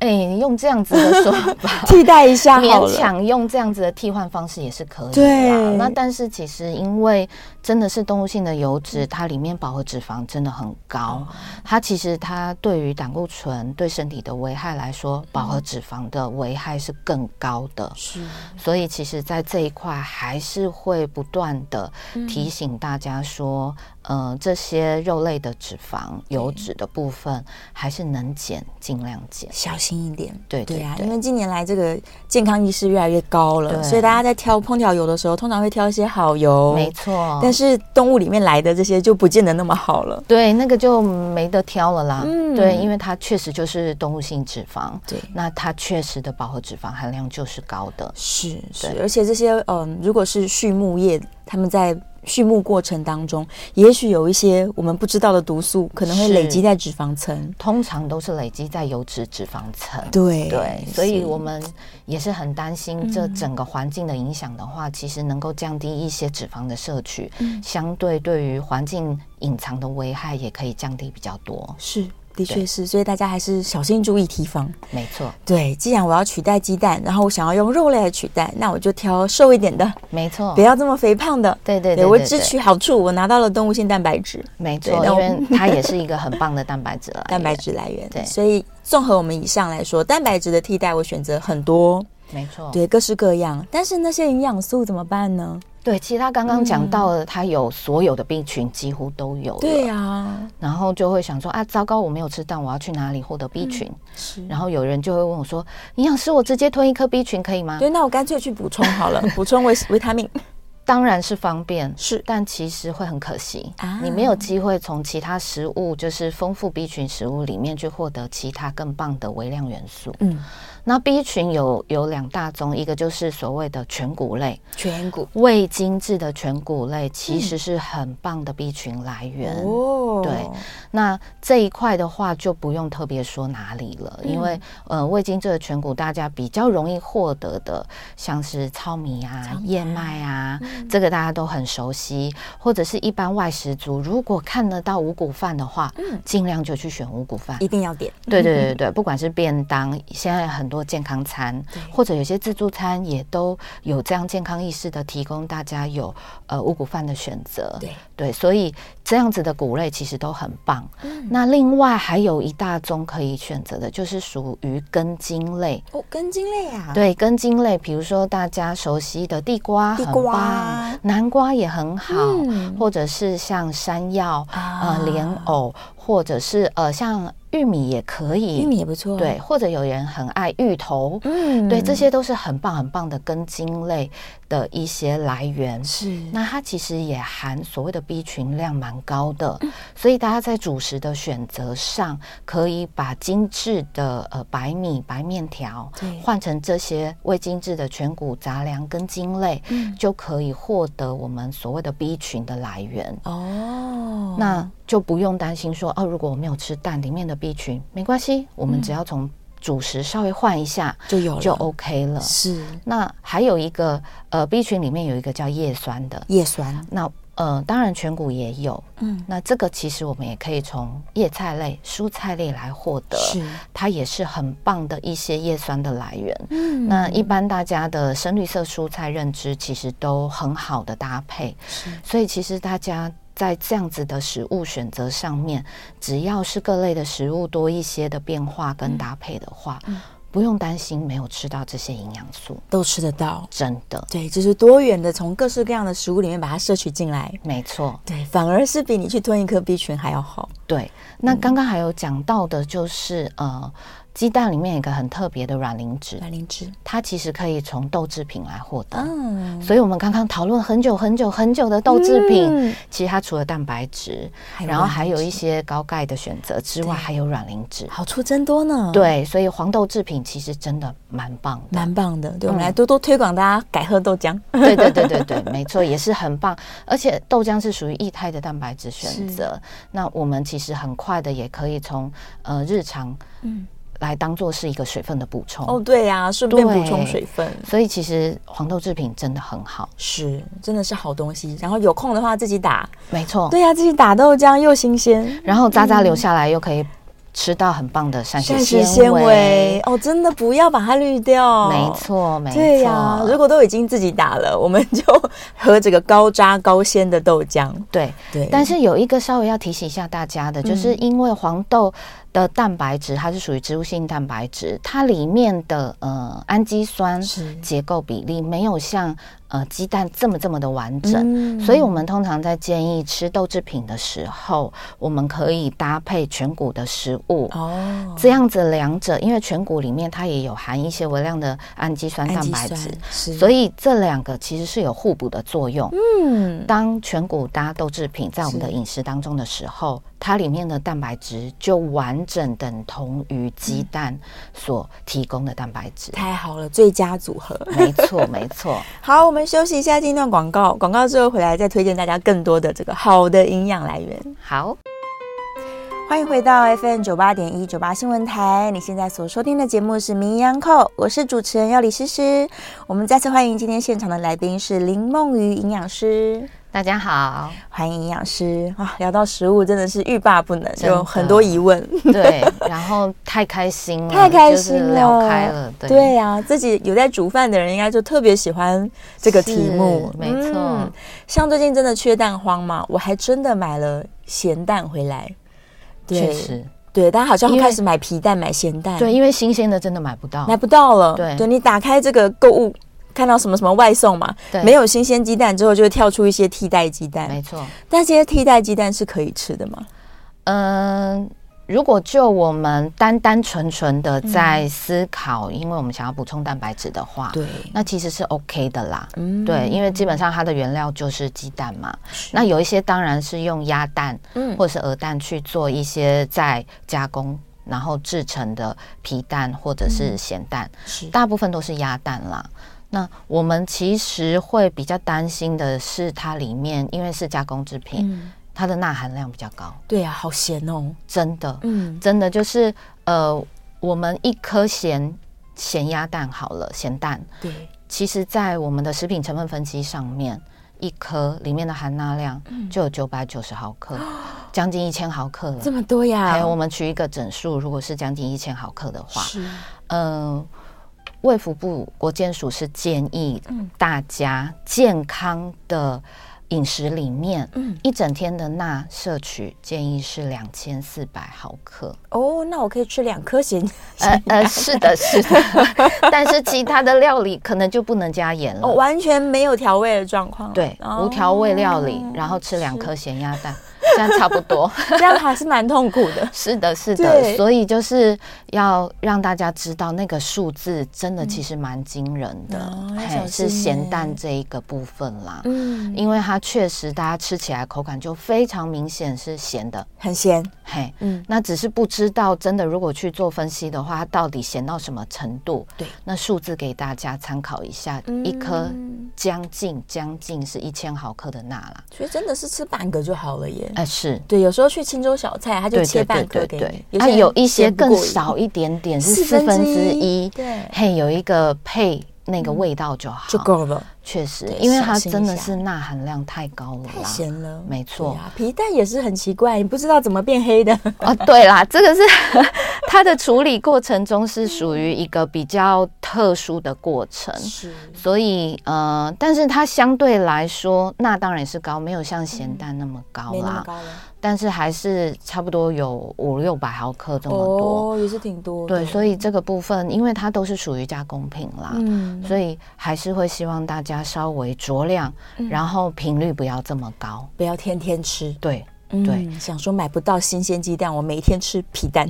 D: 哎、用这样子的说法
C: (laughs) 替代一下好
D: 勉
C: 了？
D: 强用这样子的替换方式也是可以啦。
C: 对
D: 那但是其实因为真的是动物性的油脂，它里面饱和脂肪真的很
C: 哦
D: 高，它其实它对于胆固醇对身体的危害来说，饱和脂肪的危害是更高的。
C: 是，
D: 所以其实，在这一块还是会不断的
C: 嗯
D: 提醒大家说，嗯、呃，这些肉类的脂肪、油脂的部分还是能减尽量减。
C: 小心一点。
D: 对对
C: 对啊，
D: 对
C: 因为近年来这个健康意识越来越高了，
D: 对
C: 所以大家在挑烹调油的时候，通常会挑一些好油，
D: 没。错，
C: 哦但是动物里面来的这些就不见得那么好了。
D: 对那个就没得挑了啦。
C: 嗯
D: 对，因为它确实就是动物性脂肪，
C: 对
D: 那它确实的饱和脂肪含量就是高的。
C: 是是
D: 对，
C: 而且这些嗯，如果是畜牧业，他们在畜牧过程当中，也许有一些我们不知道的毒素，可能会
D: 是
C: 累积在脂肪层。
D: 通常都是累积在油脂、脂肪层，
C: 对嗯
D: 对，所以
C: 是
D: 我们也是很担心这整个环境的影响的话，其实能够降低一些脂肪的摄取，
C: 嗯
D: 相对对于环境隐藏的危害也可以降低比较多。
C: 是的确
D: 对
C: 是，所以大家还是小心注意提防。
D: 没错，
C: 对，既然我要取代鸡蛋，然后我想要用肉类来取代，那我就挑瘦一点的，
D: 没错
C: 不，要这么肥胖的。
D: 哦对对对
C: 对我
D: 对
C: 只
D: 对
C: 取好处，我拿到了动物性蛋白质。
D: 没
C: 对
D: 错，
C: 那
D: 因
C: 我
D: 为它也是一个很棒的蛋白质来
C: (laughs)
D: 源
C: 蛋白，质来源，
D: 对
C: 所以综合我们以上来说，蛋白质的替代我选择很多，
D: 没错，
C: 对，各式各样。但是那些营养素怎么办呢？
D: 对，其实他刚刚讲到了，他有所有的病群几乎都有了，
C: 嗯对啊，
D: 然后就会想说啊，糟糕，我没有吃蛋，我要去哪里获得
C: 嗯
D: B 群？
C: 是。
D: 然后有人就会问我说，营养师，我直接吞一颗 B 群可以吗？
C: 对，那我干脆去补充好
D: (laughs)
C: 了，补充维维他命。
D: 当然是方便，
C: 是
D: 但其实会很可惜，
C: 啊
D: 你没有机会从其他食物，就是丰富 B 群食物里面去获得其他更棒的微量元素。
C: 嗯，
D: 那 B 群有有两大宗，一个就是所谓的全谷类，
C: 全谷
D: 未精制的全谷类其实是很棒的 B 群来源。
C: 嗯哦
D: 对那这一块的话就不用特别说哪里了，因为呃未精制的全谷大家比较容易获得的，像是糙米啊、燕麦啊，这个大家都很熟悉，或者是一般外食族如果看得到五谷饭的话，尽量就去选五谷饭。
C: 一定要点
D: 对对对对，不管是便当，现在很多健康餐，或者有些自助餐也都有这样健康意识的提供，大家有呃五谷饭的选择。
C: 对
D: 所以这样子的谷类其实都很棒。
C: 嗯
D: 那另外还有一大宗可以选择的，就是属于根茎类。
C: 哦，根茎类啊，
D: 对根茎类，比如说大家熟悉的地瓜
C: 地
D: 很
C: 瓜嗯
D: 棒，南瓜也很好，或者是像山药、
C: 啊
D: 呃莲藕，或者是呃像玉米也可以，
C: 玉米也不错，
D: 对，，或者有人很爱芋头，
C: 嗯
D: 对，这些都是很棒很棒的根茎类的一些来源。
C: 是
D: 那它其实也含所谓的 B 群量蛮高的，所以大家在主食的选择上，可以把精致的呃白米、白面条
C: 对
D: 换成这些未精致的全谷杂粮跟茎类，
C: 嗯
D: 就可以获得我们所谓的 B 群的来源。
C: 哦，
D: 那就不用担心说哦，如果我没有吃蛋里面的 B 群，没关系，我们只要从主食稍微换一下、
C: 就有嗯了
D: 就 OK 了。
C: 是
D: 那还有一个呃，B 群里面有一个叫叶酸的，
C: 叶酸
D: 那呃，当然全谷也有，嗯，那这个其实我们也可以从叶菜类、蔬菜类来获得，
C: 是
D: 它也是很棒的一些叶酸的来源。嗯，那一般大家的深绿色蔬菜认知其实都很好的搭配，所以其实大家。在这样子的食物选择上面，只要是各类的食物多一些的变化跟搭配的话，不用担心没有吃到这些营养素，
C: 都吃得到。
D: 真的
C: 对，就是多元的，从各式各样的食物里面把它摄取进来。
D: 没错。
C: 对，反而是比你去吞一颗 B 群还要好。
D: 对，那
C: 嗯
D: 刚刚还有讲到的就是、呃，鸡蛋里面有一个很特别的卵磷脂，
C: 白灵芝，
D: 它其实可以从豆制品来获得。
C: 嗯，
D: 所以我们刚刚讨论很久很久很久的豆制品，其实它除了蛋白质，
C: 嗯还有
D: 然后
C: 卵
D: 还有
C: 磷
D: 一些高钙的选择之外，
C: 对嗯
D: 还有卵磷脂。
C: 好处真多呢。，
D: 对，所以黄豆制品其实真的蛮棒的。
C: 蛮棒的。对，
D: 嗯
C: 我们来多多推广大家改喝豆浆。
D: 对对对对对，没错，也是很棒。而且豆浆是属于液态的蛋白质选择，那我们其实很快的也可以从呃日常嗯来当做是一个水分的补充。
C: 哦，对呀、顺便补
D: 对
C: 充水分。
D: 所以其实黄豆制品真的很好，
C: 是，真的是好东西。然后有空的话自己打，
D: 没错。
C: 对呀、啊自己打豆浆又新鲜，
D: 然后渣渣留下来又可以吃到很棒的膳食
C: 食
D: 纤维，
C: 哦，真的不要把它滤掉，
D: 没。错没错。
C: 对呀、如果都已经自己打了， (laughs) 我们就喝这个高渣高纤的豆浆。
D: 对
C: 对，
D: 但是有一个稍微要提醒一下大家的，就是因为黄豆的蛋白质它是属于植物性蛋白质，它里面的呃氨基酸
C: 是
D: 结构比例没有像呃鸡蛋这么这么的完整。
C: 嗯
D: 所以，我们通常在建议吃豆制品的时候，我们可以搭配全谷的食物，
C: 哦，
D: 这样子两者，因为全谷里面它也有含一些微量的氨基酸蛋白质，
C: 是，
D: 所
C: 以
D: 以这两个其实是有互补的作用。
C: 嗯，
D: 当全谷搭豆制品在我们的饮食当中的时候，它里面的蛋白质就完整等同于鸡蛋所提供的蛋白质。
C: 太好了，最佳组合。
D: (laughs) 没错，没错，
C: 好，我们休息一下，进一段广告。广告之后回来再推荐大家更多的这个好的营养来源。
D: 好。
C: 欢迎回到 FM 九八点一九八新闻台，你现在所收听的节目是《名医央叩》，我是主持人要李诗诗。我们再次欢迎今天现场的来宾是林梦瑜营养师，
D: 大家好，
C: 欢迎营养师啊！聊到食物真的是欲罢不能，
D: 真的
C: 有很多疑问， (laughs)
D: 对，然后太开心了，
C: 太开心
D: 就是
C: 了，
D: 聊开了，对，
C: 对啊，自己有在煮饭的人应该就特别喜欢这个题目嗯
D: 是，没错
C: 像最近真的缺蛋荒嘛，我还真的买了咸蛋回来，
D: 确实，
C: 对，大家好像会
D: 因为
C: 开始买皮蛋、买咸蛋，
D: 对，因为新鲜的真的买不到
C: 买，不到了。
D: 对
C: 你打开这个购物，看到什么什么外送嘛，
D: 对
C: 没有新鲜鸡蛋之后，就会跳出一些替代鸡
D: 没
C: 蛋。
D: 错，
C: 但这些替代鸡蛋是可以吃的吗？
D: 嗯，如果就我们单单纯纯的在思考，因为我们想要补充蛋白质的话，
C: 嗯对，
D: 那其实是 OK 的啦。
C: 嗯
D: 对，因为基本上它的原料就是鸡蛋嘛。那有一些当然是用鸭蛋
C: 嗯
D: 或者是鹅蛋去做一些再加工。然后制成的皮蛋或者
C: 嗯
D: 是咸蛋，
C: 是
D: 大部分都是鸭蛋啦。那我们其实会比较担心的是，它里面因为是加工制品，
C: 嗯，
D: 它的钠含量比较高，
C: 对啊，好咸哦，
D: 真的，
C: 嗯
D: 真的就是呃，我们一颗咸咸鸭蛋好了，咸蛋，
C: 对，
D: 其实在我们的食品成分分析上面，一颗里面的含钠量就有九百九十毫
C: (gasps)
D: 克，将近一千毫克了
C: 嗯这。么哦多呀，
D: 还有我们取一个整数，如果是将近一千毫克的话，
C: 是
D: 嗯，卫福部国健署是建议
C: 嗯
D: 大家健康的饮食里面，
C: 嗯
D: 一整天的钠摄取建议是两千四百毫克。
C: 哦，那我可以吃两颗咸，
D: 呃呃，是的，是的， (laughs) 但是其他的料理可能就不能加盐了。
C: 哦，完全没有调味的状况，
D: 嗯对，
C: 哦
D: 无调味料理，然后吃两颗咸鸭蛋， (laughs) 这样差不多。。
C: 这样还是蛮痛苦的
D: (laughs) 是的，是
C: 对
D: 的，所以就是要让大家知道那个数字真的其实蛮惊人的
C: 嗯哦，要小
D: 嘿，
C: 心
D: 是咸蛋
C: 耶
D: 这一个部分啦，
C: 嗯，
D: 因为它确实大家吃起来口感就非常明显是咸的，
C: 很咸，
D: 嘿，
C: 嗯，
D: 那只是不知道真的如果去做分析的话，它到底咸到什么程度？
C: 对，
D: 那数字给大家参考一下，一颗
C: 嗯
D: 将近将近是一千毫克的钠啦，
C: 所以真的是吃半个就好了耶。
D: 哎、是。
C: 对，有时候去青州小菜，他就
D: 对
C: 切
D: 对
C: 半
D: 对
C: 颗
D: 对
C: 给
D: 对
C: 你，，
D: 它
C: 些
D: 有一些
C: 嫌不
D: 更
C: 过瘾
D: 少一点点，是
C: 四
D: 四
C: 分
D: 分
C: 之
D: 之
C: 一
D: 一，
C: 对嗯
D: 嘿，有一个配那个味道就好，
C: 就，够了，
D: 确实
C: 对，
D: 因为
C: 小
D: 它
C: 心一
D: 真的
C: 下
D: 是钠含量太高了
C: 太
D: 啦，
C: 咸了，
D: 没错
C: 对啊。皮蛋也是很奇怪，你不知道怎么变黑的，
D: 哦，对啦，这个是它的处理过程中是属于一个比较特殊的过程，
C: (laughs) 是
D: 所以呃，但是它相对来说，钠当然也是高，没有像咸蛋那么高
C: 嗯没那么
D: 啦，
C: 高了，
D: 但是还是差不多有五六百毫克这么多。
C: 哦，也是挺多的，
D: 对，所以这个部分，因为它都是属于加工品啦，
C: 嗯，
D: 所以还是会希望大家稍微酌量，
C: 嗯
D: 然后频率不要这么高。
C: 不要天天吃，
D: 对
C: 嗯
D: 对，
C: 想说买不到新鲜鸡蛋，我每天吃皮蛋，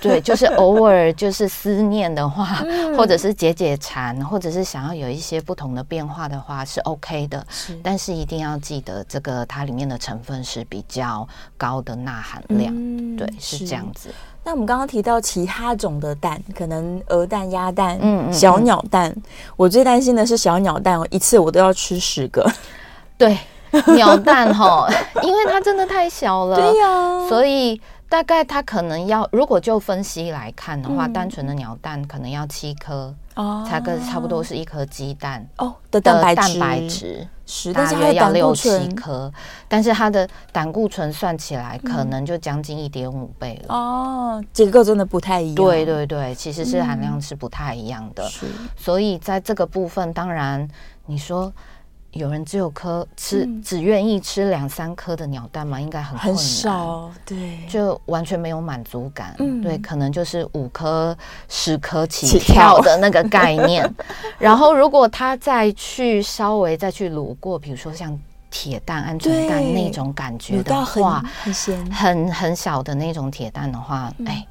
D: 对，就是偶尔就是思念的话，
C: 嗯
D: 或者是解解馋，或者是想要有一些不同的变化的话是 OK 的，
C: 是
D: 但是一定要记得这个它里面的成分是比较高的钠含量。
C: 嗯
D: 对，是这样子。
C: 那我们刚刚提到其他种的蛋，可能鹅蛋、鸭蛋、
D: 嗯嗯
C: 小鸟蛋。我最担心的是小鸟蛋，一次我都要吃十个。
D: 对，鸟蛋哈， (laughs) 因为它真的太小了。
C: 呀、
D: 所以大概它可能要，如果就分析来看的话，单纯的鸟蛋可能要七颗，
C: 嗯哦
D: 才跟差不多是一颗鸡蛋
C: 哦的
D: 的
C: 蛋白
D: 蛋
C: 质，
D: 白质。
C: 是，但
D: 大
C: 是它
D: 约
C: 的
D: 要
C: 胆固
D: 六七
C: 醇
D: 颗，但是它的胆固醇算起来可能就将近一点五倍了。
C: 嗯哦，结构真的不太一样。
D: 对对对，其实是含量是不太一样的，
C: 是，
D: 所以在这个部分，当然你说有人只有颗吃，只愿意吃两三颗的鸟蛋吗？应该很
C: 嗯很
D: 困难
C: 少，对，
D: 就完全没有满足感，
C: 嗯
D: 对，可能就是五颗、十颗
C: 起
D: 起
C: 跳
D: 跳的那个概
C: (laughs)
D: 念。然后，如果他再去稍微再去卤过，比如说像铁蛋、鹌鹑蛋
C: 对
D: 那种感觉
C: 有
D: 的
C: 到很
D: 话，
C: 很咸，
D: 很很小的那种铁蛋的话，哎，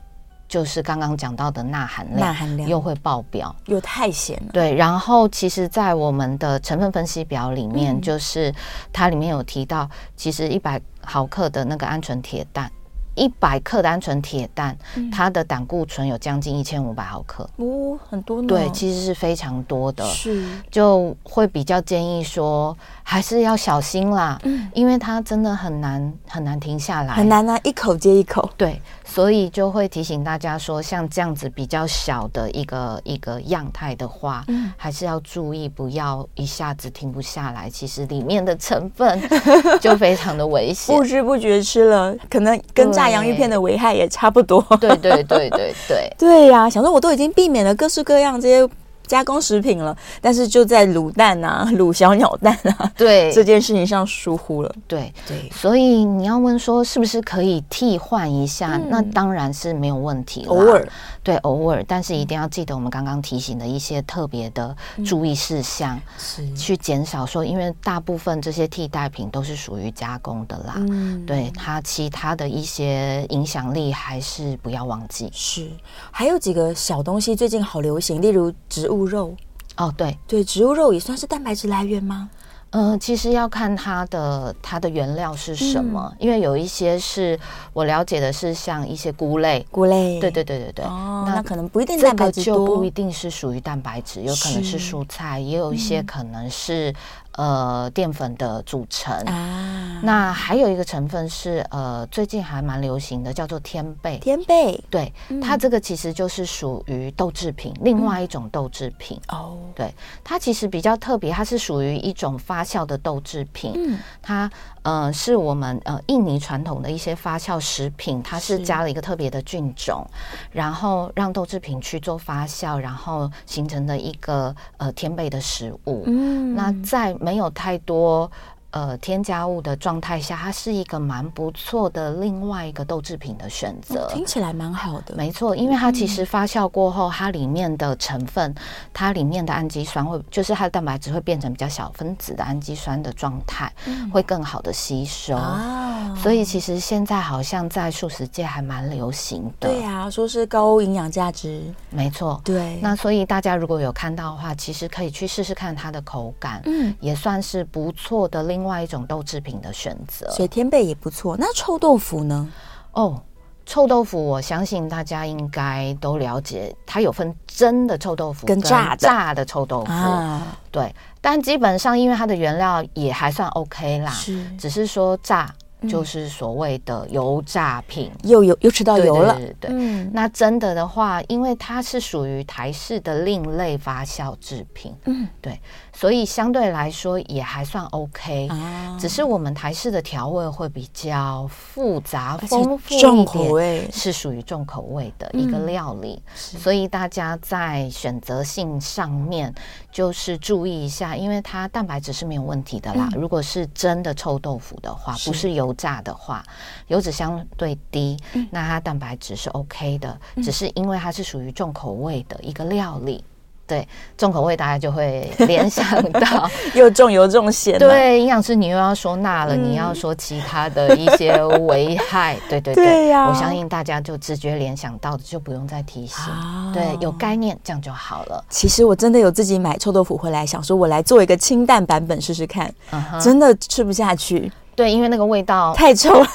D: 就是刚刚讲到的钠含量，
C: 钠含量
D: 又会爆表。
C: 有太咸了。
D: 对，然后其实，在我们的成分分析表里面，
C: 嗯
D: 就是它里面有提到，其实一百毫克的那个鹌鹑铁蛋，一百克的鹌鹑铁蛋，
C: 嗯
D: 它的胆固醇有将近一千五百毫克，
C: 哦，很多呢。
D: 对，其实是非常多的。
C: 是
D: 就会比较建议说，还是要小心啦，因为它真的很难很难停下来，
C: 嗯很难啊，一口接一口。
D: 对，所以就会提醒大家说，像这样子比较小的一个一个样态的话，
C: 嗯
D: 还是要注意，不要一下子停不下来。其实里面的成分 (laughs) 就非常的
C: (laughs)
D: 危险
C: 不。知不觉吃了，可能跟炸洋芋片的危害也差不多。
D: 对对对对对，
C: (laughs) 对呀、想说我都已经避免了各式各样这些加工食品了，但是就在卤蛋啊、卤小鸟蛋啊这
D: 对
C: 件事情上疏忽了。
D: 对，
C: 对，
D: 所以你要问说是不是可以替换一下？那当然是没有问题啦。
C: 嗯偶尔嗯
D: 对偶尔，但是一定要记得我们刚刚提醒的一些特别的注意事项。
C: 是
D: 去减少说，因为大部分这些替代品都是属于加工的啦，
C: 嗯
D: 对它其他的一些影响力还是不要忘记
C: 是，还有几个小东西最近好流行，例如植物肉。
D: 哦。对，
C: 对，植物肉也算是蛋白质来源吗？
D: 呃，其实要看它的它的原料是什么，
C: 嗯
D: 因为有一些是我了解的是像一些菇类，
C: 菇类，
D: 对对对对对，
C: 哦，
D: 那
C: 那可能不一定
D: 这
C: 蛋
D: 个
C: 白质
D: 就不
C: 多
D: 一，定是属于蛋白质，有可能是
C: 是嗯
D: 蔬菜，也有一些可能是、呃淀粉的组成。
C: 啊，
D: 那还有一个成分是呃最近还蛮流行的，叫做天贝。
C: 天贝
D: 对，
C: 嗯
D: 它这个其实就是属于豆制品，另外一种豆制品。
C: 哦，
D: 对，它其实比较特别，它是属于一种发酵的豆制品。
C: 嗯，
D: 它呃是我们呃印尼传统的一些发酵食品，它是
C: 是
D: 加了一个特别的菌种，然后让豆制品去做发酵，然后形成的一个呃天贝的食物。
C: 嗯
D: 那在没有太多。呃，添加物的状态下，它是一个蛮不错的另外一个豆制品的选择。
C: 哦听起来蛮好的，嗯
D: 没错，因为它其实发酵过后，它里面的成分，它里面的氨基酸会，就是它的蛋白质会变成比较小分子的氨基酸的状态，会更好的吸收。
C: 嗯啊，
D: 哦所以其实现在好像在素食界还蛮流行的，
C: 对啊，说是高营养价值，
D: 没错。
C: 对，
D: 那所以大家如果有看到的话，其实可以去试试看它的口感，
C: 嗯，
D: 也算是不错的另外一种豆制品的选择。
C: 所以天贝也不错。那臭豆腐呢？
D: 哦，臭豆腐，我相信大家应该都了解，它有分真的臭豆腐
C: 跟炸的
D: 炸的臭豆腐。
C: 啊，
D: 对，但基本上因为它的原料也还算 OK 啦，
C: 是嗯
D: 只是说炸就是所谓的油炸品，
C: 又哦有又吃到
D: 对
C: 油了
D: 对，对对对
C: 嗯
D: 那真的的话，因为它是属于台式的另类发酵制品，
C: 嗯，
D: 对，所以相对来说也还算 OK。
C: 啊，
D: 只是我们台式的调味会比较复杂、
C: 而
D: 丰富
C: 且
D: 一
C: 重
D: 点，
C: 口味嗯
D: 是属于重口味的一个料理，所以大家在选择性上面就是注意一下，因为它蛋白质是没有问题的啦。
C: 嗯
D: 如果是真的臭豆腐的话，不是油炸的话，油脂相对低，
C: 嗯
D: 那它蛋白质是 OK 的，只是因为它是属于重口味的一个料理。对，重口味大家就会联想
C: (laughs)
D: 到
C: 又重油重咸，，啊
D: 对，营养师你又要说钠
C: 嗯
D: 了，你要说其他的一些危害，对对
C: 对呀
D: 我相信大家就直觉联想到的，就不用再提醒，
C: 啊
D: 对，有概念这样就好了。
C: 其实我真的有自己买臭豆腐回来，想说我来做一个清淡版本试试看，
D: 嗯哼，
C: 真的吃不下去，
D: 对，因为那个
C: (laughs)
D: 味道，
C: 太臭
D: (laughs)
C: 了。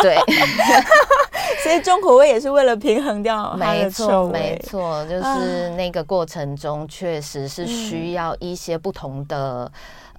D: 对，
C: 所以重口味也是为了平衡掉它
D: 没
C: 的
D: 错
C: 臭
D: 没
C: 味。啊
D: 错，就是那个过程中确实是需要一些不同的。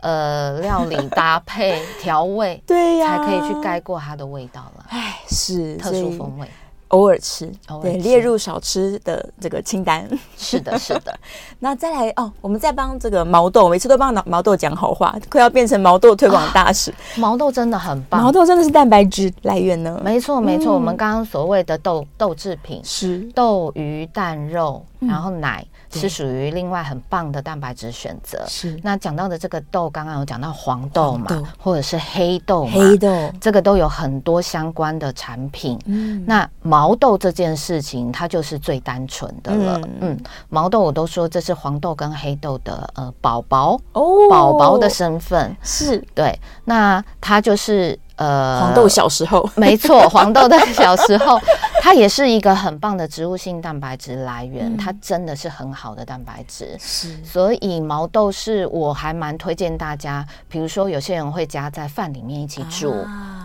D: 呃，料理搭配调味，
C: 嗯 (laughs) 对呀
D: 才可以去盖过它的味道了，
C: 哎，是
D: 特
C: 所
D: 殊
C: 以
D: 风味。
C: 偶尔吃，
D: 偶尔
C: 对，
D: 吃
C: 列入少吃的这个清单。 (laughs)
D: 是的，是的，
C: 那再来哦，我们再帮这个毛豆，每次都帮毛毛豆讲好话，快要变成毛豆推广大使。
D: 毛豆真的很哦棒。
C: 毛豆真的是蛋白质来源呢，
D: 没错，没
C: 嗯
D: 错，我们刚刚所谓的豆豆制品，
C: 是
D: 豆鱼蛋肉，
C: 嗯
D: 然后奶是属于另外很棒的蛋白质选择。
C: 是
D: 那讲到的这个豆，刚刚有讲到黄豆嘛，
C: 黄豆
D: 或者是黑豆嘛，
C: 黑豆，
D: 这个都有很多相关的产品。
C: 嗯，
D: 那毛豆这件事情，它就是最单纯的了。
C: 嗯
D: 嗯毛豆我都说这是黄豆跟黑豆的呃宝宝
C: 哦
D: 宝宝的身份。
C: 是
D: 对，那它就是呃
C: 黄豆小时候，
D: 没错， (laughs) 黄豆在小时候，它也是一个很棒的植物性蛋白质来源，它真的是很好的蛋白质。
C: 是
D: 所以毛豆是我还蛮推荐大家，比如说有些人会加在饭里面一起煮，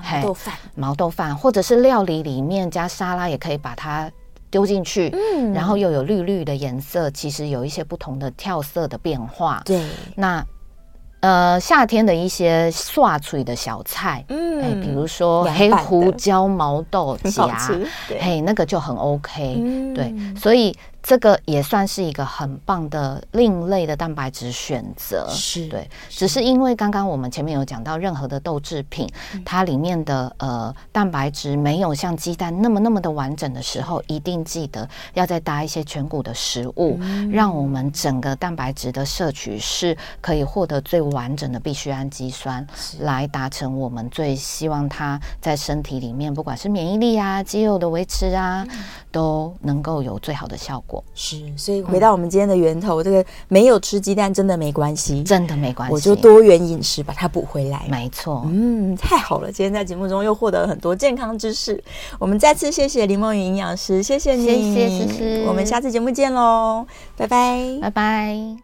D: 嘿
C: 啊豆饭，
D: 毛豆饭，或者是料理里面加沙拉，也可以把它丢进去，
C: 嗯
D: 然后又有绿绿的颜色，其实有一些不同的跳色的变化。
C: 对，
D: 那呃，夏天的一些刷嘴的小菜，
C: 嗯
D: 哎，比如说
C: 凉
D: 黑
C: 拌的
D: 胡椒毛豆
C: (laughs) 很好
D: 荚啊
C: 吃，对
D: 嘿，那个就很 OK，、
C: 嗯
D: 对，所以这个也算是一个很棒的另类的蛋白质选择，
C: 是
D: 对，只是因为刚刚我们前面有讲到，任何的豆制品，
C: 嗯
D: 它里面的呃蛋白质没有像鸡蛋那么那么的完整的时候，一定记得要再搭一些全谷的食物，
C: 嗯
D: 让我们整个蛋白质的摄取是可以获得最完整的必需氨基酸，来达成我们最希望它在身体里面，不管是免疫力啊、肌肉的维持啊，
C: 嗯
D: 都能够有最好的效果。
C: 是，所以回到我们今天的源头，这个没有吃鸡蛋真的没关系，
D: 真的没关系，
C: 我就多元饮食把它补回来。
D: 没错。
C: 嗯，太好了！今天在节目中又获得了很多健康知识，我们再次谢谢林梦云营养师，谢谢你，
D: 谢谢思思
C: 我们下次节目见喽，拜拜
D: 拜拜。